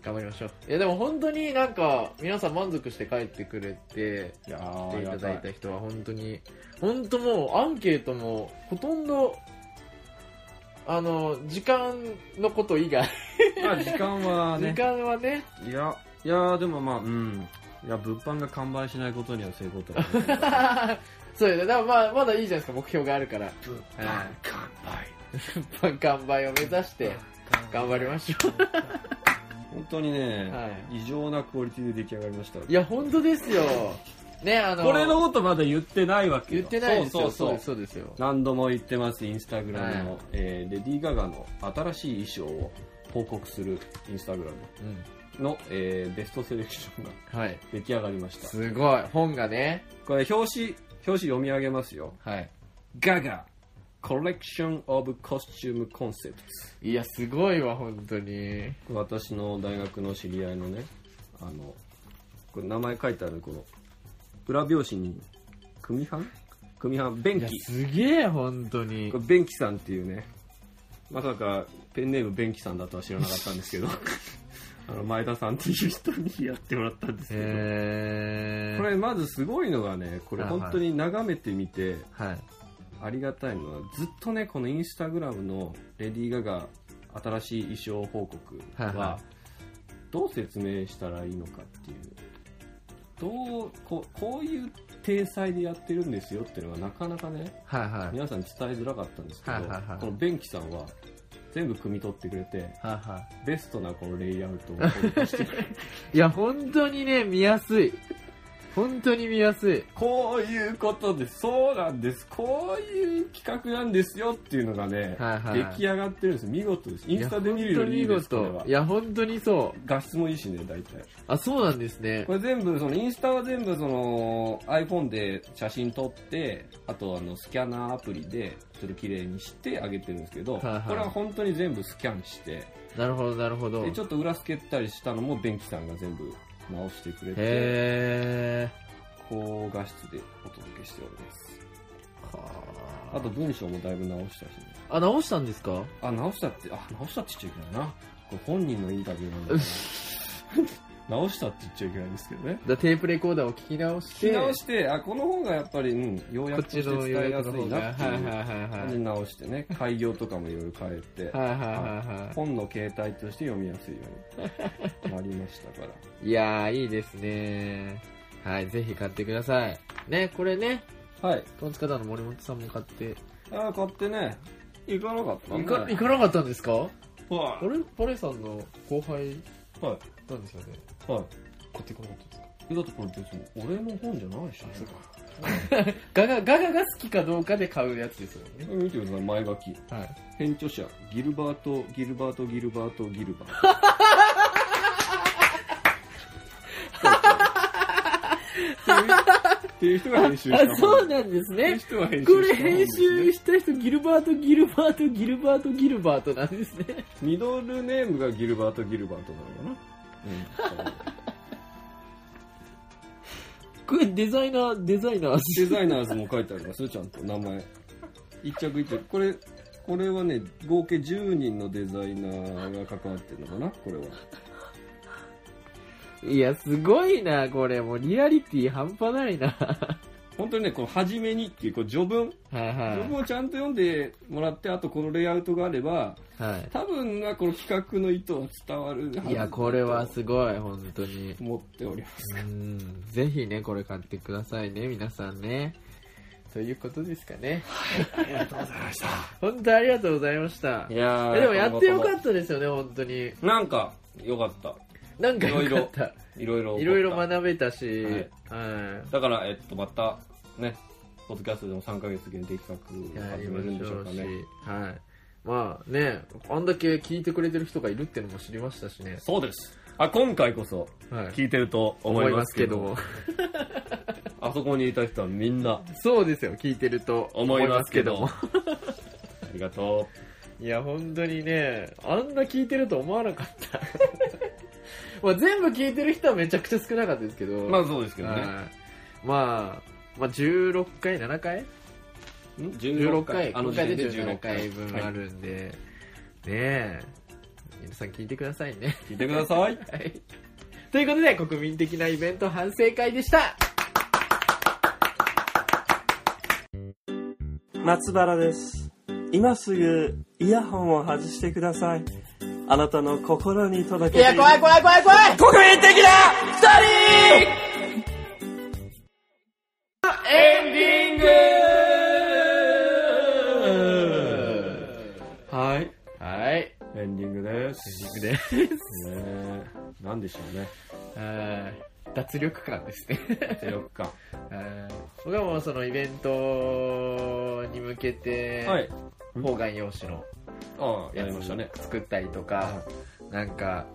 A: 頑張りましょういやでも本当になんか皆さん満足して帰ってくれて
B: いや
A: 来
B: ー、
A: ていただい
B: ありがた
A: た人は本当に本当もうアンケートもほとんどあの時間のこと以外、
B: いまあ、時間はね
A: 時、間はね
B: いや、いやーでもまあ、うん。いや、物販が完売しないことには成功と は。
A: そうですね。だからまあ、まだいいじゃないですか、目標があるから。
B: 物
A: 販
B: 完 売。
A: 完売を目指して、頑張りましょう。
B: 本当にね、
A: は
B: 異常なクオリティで出来上がりました。
A: いや、本当ですよ。ね、あの、
B: これのことまだ言ってないわけ
A: 言
B: よ。
A: ってないですよ。
B: そうそうそう。
A: そうですそうですよ。
B: 何度も言ってます、インスタグラムの、
A: はい
B: えーレディー・ガガの新しい衣装を報告するインスタグラムの、えーベストセレクションが
A: うん。はい。
B: 出来上がりました。
A: すごい。本がね。
B: これ、表紙、表紙読み上げますよ。
A: はい。
B: ガガ、コレクション・オブ・コスチューム・コンセプト。
A: いや、すごいわ、本当に。
B: 私の大学の知り合いのねあのこれ名前書いてあるこの裏表紙に組版組版ベン
A: いや、
B: キ
A: すげえ、本当に
B: こ。れベンキさんっていうねまさかペンネームベンキさんだとは知らなかったんですけ どあの前田さんっていう人にやってもらったんですけど、
A: えー。
B: これまずすごいのがねこれ
A: はいはい
B: 本当に眺めてみて
A: はい。
B: ありがたいのはずっとねこのインスタグラムのレディー・ガガ新しい衣装報告
A: はいは
B: はどう説明したらいいのかっていうどうここういう体裁でやってるんですよっていうのがなかなかね
A: はいはい。
B: 皆さんに伝えづらかったんですけど、
A: はいはいはい
B: このベンキさんは全部汲み取ってくれて
A: はいは
B: ベストなこのレイアウトを報告してくれて
A: い。いや、本当にね、見やすい。本当に見やすい。
B: こういうことですそうなんですこういう企画なんですよっていうのがね、
A: はいはい
B: 出来上がってるんです見事ですインスタで見るより
A: い
B: いい
A: や
B: で
A: 本
B: す
A: 当
B: こ
A: に
B: れ
A: 見
B: は
A: 事いや、本当にそう。
B: 画質もいいしね大体
A: あ、そうなんですね
B: こ。れ全部そのインスタは全部その iPhone で写真撮ってあとあのスキャナーアプリでそれ綺麗にしてあげてるんですけど、
A: いはい
B: これは本当に全部スキャンして
A: なるほど、なるほど。
B: でちょっと裏付けたりしたのもベンキさんが全部直してくれて
A: へ
B: 高画質でお届けしております
A: ー。
B: あと文章もだいぶ直したしね。
A: あ、直したんですか
B: あ、直したって、あ、直したって言っちゃいけないな。これ本人のインタビューなんだから。 直したって言っちゃいけないんですけどね。
A: だテープレコーダーを聞き直して、
B: 聞き直して、あ、この方がやっぱり、うん、ようや
A: こ
B: く
A: っ
B: と
A: ち
B: して
A: の
B: 伝
A: 予
B: えや
A: 約
B: す
A: の
B: い
A: 方が。
B: なってい
A: は
B: う
A: いはいはい
B: 感
A: は
B: じ
A: い。
B: に直してね、開業とかもいろいろ変えて、
A: はいはいはいは
B: 本の形態として読みやすいようになりましたから。
A: い。いやー、いいですね。はい、ぜひ買ってください。ね、これね、
B: はい。
A: トンツカタンの森本さんも買って。
B: あー買ってね、行かなかった
A: 行
B: ね。
A: か行かなかったんですか
B: は
A: あれポレさんの後輩
B: い。はい。
A: なんですよね。
B: はい。
A: 買ってこなかったんですか
B: だってこれ別に俺の本じゃないしね。
A: ガガ、ガガが好きかどうかで買うやつですよね。
B: 見てください、前書き。
A: はい。
B: 編著者、ギルバート、ギルバート、ギルバート、ギルバート。っていう人が編集した本
A: あ、そうなんです
B: っていう
A: ね。
B: 人が編集した
A: こ
B: 本
A: れ編
B: で
A: 集
B: すね
A: した人、ギルバート、ギルバート、ギルバート、ギルバートなんですね。
B: ミドルネームがギルバート、ギルバートなのかな。うん。
A: これデザイナー、デザイナー。
B: デザイナーズも書いてありますよ、ちゃんと名前。一着一着。これ、これはね、合計10人のデザイナーが関わってるのかな、これは。
A: いや、すごいな、これ。もうリアリティ半端ないな。
B: 本当にね、この初めにっていう、こう序文。
A: はい
B: 序文をちゃんと読んでもらって、あとこのレイアウトがあれば、
A: い。は
B: 多分な、この企画の意図は伝わるはず
A: い。いや、これはすごい、本当に。
B: 思っております。
A: うん。ぜひね、これ買ってくださいね、皆さんね。ということですかね。本当ありがとうございました
B: い。や
A: えでもやってよか
B: っ
A: ったですよね、本当に。
B: た。なんか、よかった。
A: なんか
B: いろいろ
A: よかった。
B: いろいろ。
A: いろいろ学べたし、は
B: だから、えっと、また、ね、ポッドキャストでも3ヶ月限定企
A: い。
B: 画
A: や
B: 始
A: りま
B: めるんで
A: し
B: しょ
A: ょ
B: う
A: う
B: か
A: し
B: ね。、
A: はい。まあね、あんだけ聞いてくれてる人がいるってのも知りましたしね。
B: そうです。あ、今回こそ、
A: はい。
B: 聞いてると思いますけど、。あそこにいた人はみんな
A: そうですよ、聞いてると
B: 思いますけど、
A: 思い
B: あ
A: ます
B: りがと
A: けどもいや、本当にね、あんな聞いてると思わなかった。 まあ全部聞いてる人はめちゃくちゃ少なかったですけど、
B: う。まあそうですけど
A: はい
B: ね。
A: まあ、まあ16回、7回
B: ん
A: 16回、
B: あ
A: 今
B: の時
A: 回
B: 点
A: で
B: で
A: 16
B: 16
A: 回
B: 回
A: 分
B: は
A: あ
B: い
A: るんで、ねえ、皆さん聞いてくださいね。
B: 聞いてくださ い。
A: はい。ということで、国民的なイベント反省会でした
D: 松原です今すぐイヤホンを外してくださいあなたの心に届けている
A: 怖い怖い怖い
D: 国民的な二人
A: エンディング
B: はい。
A: はい。エ
B: エンディングです。
A: ンディングです。
B: ねえなんでしょうね。
A: はい脱力感ですね。
B: テロッカ
A: はい僕はもうそのイベントに向けて、
B: はい。
A: 方眼用紙の
B: ああ、や
A: や
B: りましたね。
A: つ作ったりとか、なんか、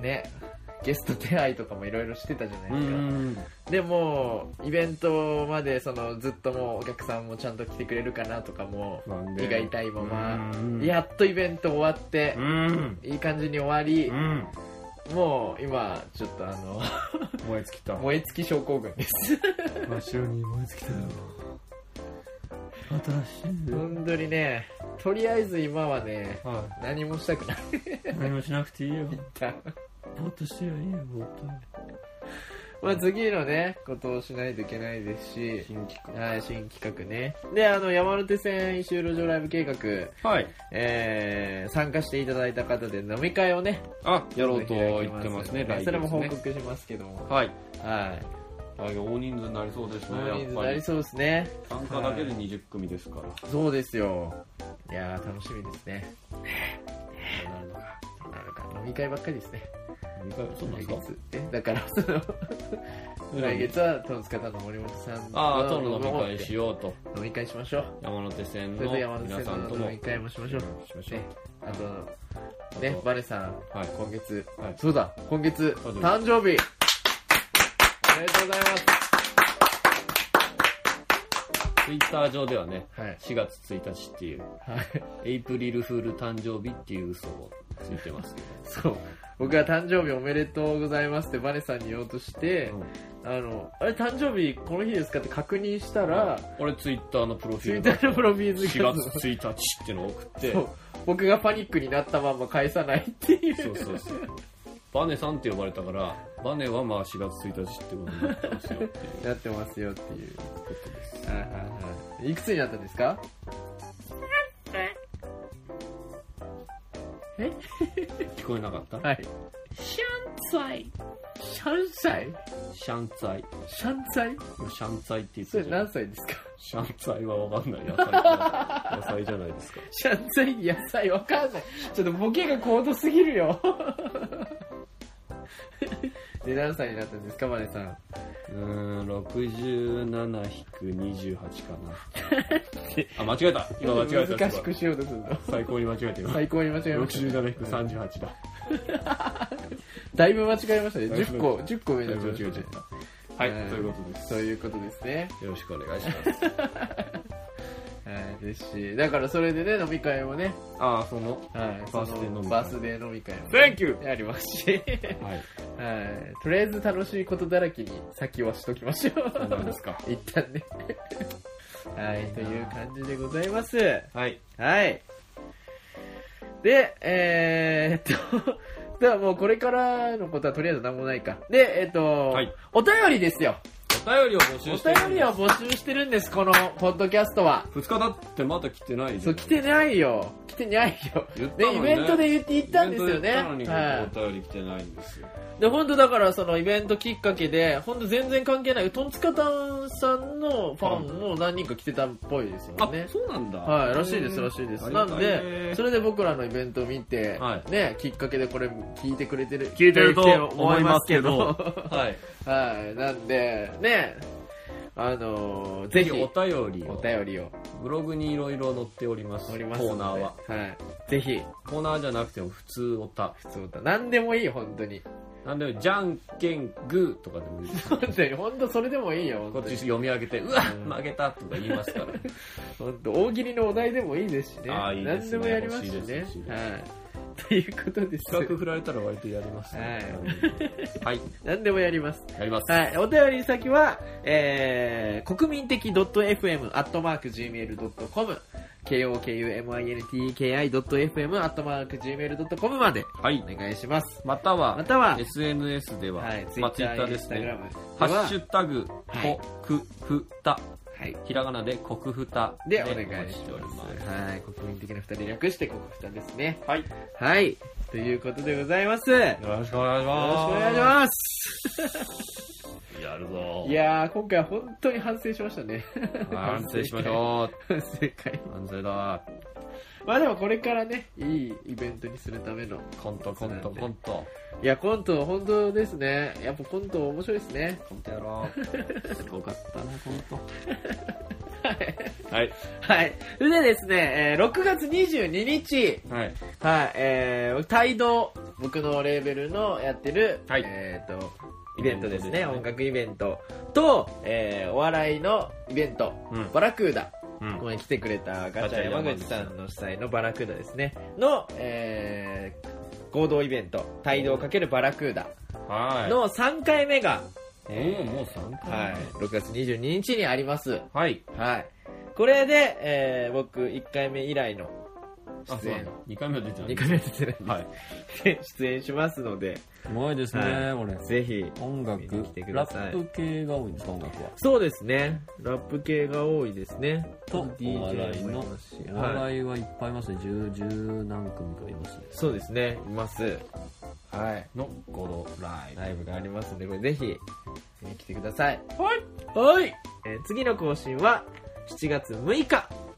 A: ね、ゲスト手配とかもいろいろしてたじゃないですか。
B: ん。
A: でもイベントまでそのずっともうお客さんもちゃんと来てくれるかなとかも
B: 不安で
A: 胃が痛いまま
B: うん
A: やっとイベント終わって
B: うん。
A: いい感じに終わり
B: うん。
A: もう今ちょっとあの
B: 燃え尽きた。
A: 燃え尽き症候群です
B: 真っ白に燃え尽きたよ。新しい
A: 本当にねとりあえず今はね
B: は
A: 何もしたくない
B: い。何もしなくていいよ。 ぼーっとしてよ、いいよ、ぼーっと。
A: まあ次のねことをしないといけないですし
B: 新規
A: はい、新企画ね。で、あの、山手線一周路上ライブ計画、
B: はい。
A: えー、参加していただいた方で飲み会をね、
B: あ、やろうと言ってますね、来月
A: それも報
B: ね。
A: 告しますけども。
B: はい。
A: はい。
B: あ大人数になりそうですね、
A: 大
B: や
A: 人
B: っ
A: 数
B: ぱ
A: なり
B: り。
A: そうですね。
B: 参加だけで20組ですから。
A: そうですよ。いやー、楽しみですね。
B: どうなるのか。
A: なんか飲み会ばっかりですね。
B: そうなん
A: 来
B: ですか
A: 月。え、だから、その、来月は、トンツカタンの森本さん
B: ああ、との飲み会し
A: よ
B: ようと。
A: う。飲み会しましょう。
B: 山手線
A: それ
B: の
A: と山手
B: 皆さんと
A: 線
B: も。
A: の飲み会もしましょう。
B: しましょう
A: ね。あと、ね、バネさん、
B: はい
A: 今月、
B: はい
A: そうだ、今月、
B: 誕生日
A: 誕生日おめでとうございます。
B: ツイッター上ではね、
A: はい。
B: 4月1日っていう、
A: はい。
B: エイプリルフール誕生日っていう嘘をついてますけ
A: そう。僕は誕生日おめでとうございますってバネさんに言おうとして、
B: ど、
A: あの、あれ誕生日この日ですかって確認したら、
B: 俺ツイッターのプロフィール
A: Twitter のプロフィール
B: 4月1日っていうのを送って
A: そう僕がパニックになったまんま返さないっていう。
B: そうそうそう。バネさんって呼ばれたから、バネはまあ4月1日ってことになったんですよっていう
A: なってますよっていう。
B: ことです。
A: はいはいはい。いくつになったんですか
B: 聞こえなかった、
A: はい。シャンツァイ。
B: シャンツァイ。
A: シャンツァイシャンツァイ
B: 今シャンツァイって言っ
A: そ
B: て
A: れ
B: たじゃ
A: 何
B: ん。
A: 歳ですか
B: シャンツァイはわかんない。野菜か野菜じゃないですか。
A: シャンツァイに野菜わかんない。ちょっとボケが高度すぎるよ。 で、何歳になったんですかバネさん。
B: うーん、67引く28かな。 あ、間違えた。今間違えた。
A: 難しくしようとするの。
B: 最高に間違えてる。
A: 最高に間違えましたね。
B: 67引く38だ。
A: だいぶ間違えましたね。
B: だいぶ
A: 10個、10個上
B: 間
A: だ
B: 違
A: と
B: えちゃった。はい、
A: うん
B: ということです。
A: そういうことですね。
B: よろしくお願いします。
A: はい、ですし、だからそれでね、飲み会もね、
B: ああ、その、
A: はい、
B: バースデー飲み会
A: そのバースデー飲み会も、
B: Thank you!
A: やりますし、
B: はい。
A: はい、とりあえず楽しいことだらけに先はしときましょ
B: そうなんで
A: う。
B: すか。
A: 一旦ね。はい、という感じでございます。
B: はい。
A: はい。で、えー、っと、 ではもうこれからのことはとりあえず何もないか。で、えーっと、
B: はい
A: お便りですよ。
B: お便りを募
A: お
B: 集してる
A: 便りを募集してるんです、このポッドキャストは。
B: 2日経ってまだ来てないじ
A: そう、
B: ゃん
A: 来てないよ。来てないよ。
B: 言ったの
A: で、イ
B: にね
A: ベントで言って言ったんですよね。
B: イベントで言ったの
A: は
B: にお便り来てないんですよ
A: い。で、本当だから、そのイベントきっかけで、本当全然関係ない、トンツカタンさんのファンも何人か来てたっぽいですよね。
B: そうなんだ
A: はい、らしいです、らしいです。なんで、そ
B: れ
A: れで僕らのイベントを見て、
B: はい
A: ね、きっかけでこれ聞いてくれてる。
B: 聞いてると
A: 思
B: 思
A: い
B: い
A: ま
B: ますす
A: け
B: け
A: ど
B: ど。はい
A: はい、なんで、ね、あのーぜ
B: ぜ
A: ひ、
B: ひ
A: お
B: お便りを
A: 便りを
B: ブログにいろいろ載っております
A: お
B: コ
A: りますので
B: ーナーは
A: はい。ぜひ、
B: コーナーじゃなくても普通おた
A: 普通歌。何でもいい、本当に。
B: なんでもじゃんけんグーとかでもいい です
A: 本当に、本当それでもいいよ、
B: こ
A: 本
B: っ
A: 当
B: ち
A: に。
B: 読み上げてうわ負けたとか言います から
A: 本当大喜利のお題でもいいですしね。
B: あーいいで
A: 何
B: すね
A: でもやりますし
B: 欲しい
A: ね。
B: です欲しいです
A: はい。 ということです。
B: 企画振られたら割とやりますはい
A: 何でもやります。
B: やります
A: はい。お便り先は、えー、国民的 .fm、アットマーク gmail.com、kokumintki.fm、アットマーク gmail.com まで、
B: はい
A: お願いします。
B: または、
A: または
B: SNS では、
A: はい。
B: まあ、ツイッ
A: Twitter、
B: ターですね。
A: Instagram
B: ハッシュタグ、
A: はい
B: こくふた。
A: はい。
B: ひらがなで、こくふた。
A: で、お願いし
B: お待ちしており
A: ま。
B: ますす。
A: はい。国民的な二人略して、国二ですね。
B: はい。よ
A: はい。ということでございます。よろしく
B: ろしくお願いし
A: お願いします。
B: す。やるぞ
A: いやー、今回は本当に反省しましたね。
B: はい 反省しましょ
A: 反省会。
B: う。反省だ。
A: まあでもこれからね、いいイベントにするための。
B: コント、コント、コント。
A: いや、コント、本当ですね。やっぱコント面白いですね。
B: コントやろう。すごかったな、コント。はい。
A: はい。それでですね、えー6月22日、
B: はい。
A: はい、えー、帯同、僕のレーベルのやってる、
B: はい
A: えっ、と、イベントですね
B: イベントですね
A: 音楽イベントと、えーお笑いのイベント、
B: うん
A: バラクーダ、
B: うん
A: ここに来てくれたガチャ山口さんの主催のバラクーダですね、の、えー合同イベント、帯同×バラクーダ
B: はい。
A: の3回目が、
B: おー
A: え
B: もう3
A: ーは
B: 回。
A: い、6月22日にあります。
B: はい。
A: はい。これで、えー僕1回目以来の
B: あ、そ
A: 出
B: う
A: 演
B: だ。2回目は出てない。
A: 2回目出てないんで
B: はい。
A: す出演しますので、
B: すごいですね、これ。
A: ぜひ。
B: 音楽
A: 見に来てくだ
B: ラ
A: さい
B: ップ系が多いんですか音楽は
A: そうですね。ラップ系が多いですね。
B: とお笑
A: DJ
B: い
A: も
B: の
A: いますし
B: お
A: はい。
B: 笑いはいっぱいいますね十十何組かいますね
A: そうですね。います。はい。
B: のゴロライ
A: ライブがありますので、これぜひ、見に来てください。はい。はい。えー次の更新は、7月6日、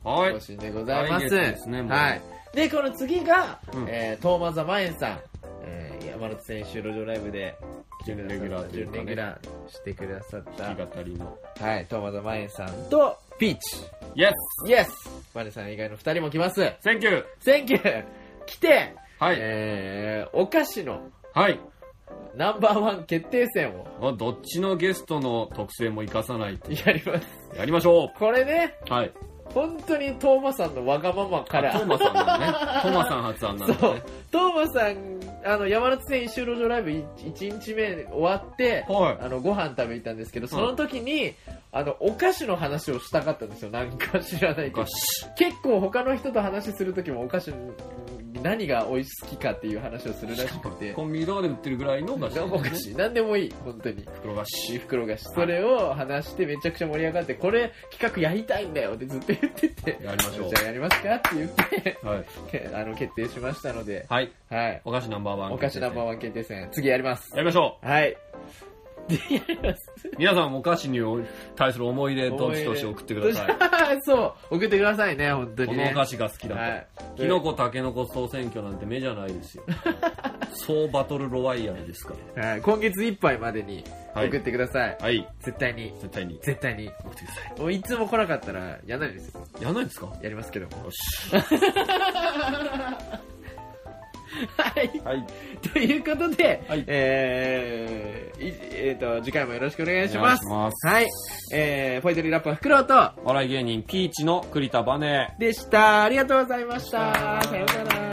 B: ブは
A: 更新でございます。
B: 来月ですねもう
A: はい。で、この次が、
B: うん
A: えー、トーマザマエンさん、えー、山手線収録ライブで、
B: 準レギュラーという
A: 準
B: かね
A: レギュラーしてくださった、
B: 弾き語りの
A: はい、トーマザマエンさんと、ピーチ。
B: イエ
A: イエスマネさん以外の二人も来ます。
B: スセンキュー
A: センキュー来て、
B: はい
A: えー、お菓子の
B: はい
A: ナンバーワン決定戦を
B: あどっちのゲストの特性も生かさないと
A: やります。
B: やりましょ
A: これね、
B: うはい
A: 本当にトーマさんのわがままか
B: あ
A: ら
B: トーマさんなんだね。トーマさん発案な ん
A: そ
B: だね
A: う。。トーマさん、あの、山手線一周路上ライブい1日目終わって、
B: はい
A: あの、ご飯食べに行ったんですけど、その時に、あの、お菓子の話をしたかったんですよ。なんか知らないけ
B: お
A: ど
B: か。し
A: 結構他の人と話する時もお菓子、何が美味しい好きかっていう話をするらしく
B: い。
A: て。
B: コンビニとかで売ってるぐらいのお菓子。
A: お菓子、何でもいい、本当に。
B: 袋菓子。
A: 袋菓子。それを話してめちゃくちゃ盛り上がって、これ企画やりたいんだよってずっと言ってて。
B: やりましょう
A: じゃあやりますかって言って、
B: はい。
A: け あの、決定しましたので。
B: はい。
A: はい。
B: お菓子ナンバーワン。
A: お菓子ナンバーワン決定戦、次やります。
B: やりましょ
A: はい。
B: う。皆さんもお菓子に対する思い出、 どしどし送ってく ださい。
A: い。そう、送ってくださいね、本当
B: こ
A: に、
B: の
A: ね。
B: お菓子が好きだと。
A: はい。
B: キノコ、タケノコ総選挙なんて目じゃな いですよ。総バトルロワイヤルですか
A: はい。今月いっぱいまでに
B: はい
A: 送ってください。
B: ら。はい。
A: 絶対に。
B: 絶対に。
A: 絶対に。
B: 送ってください。
A: もういつも来なかったらやんないですよ。
B: やらないんですかよ
A: やりますけど も。
B: し。
A: はい。
B: はい。
A: ということで、
B: はい
A: えー、いえーと、次回もよろしくお願いします。
B: お願いします
A: はい。えー、ポイトリーラップはフクロウと、
B: お笑い芸人、ピーチの栗田バネ。
A: でした。ありがとうございました。さようなら。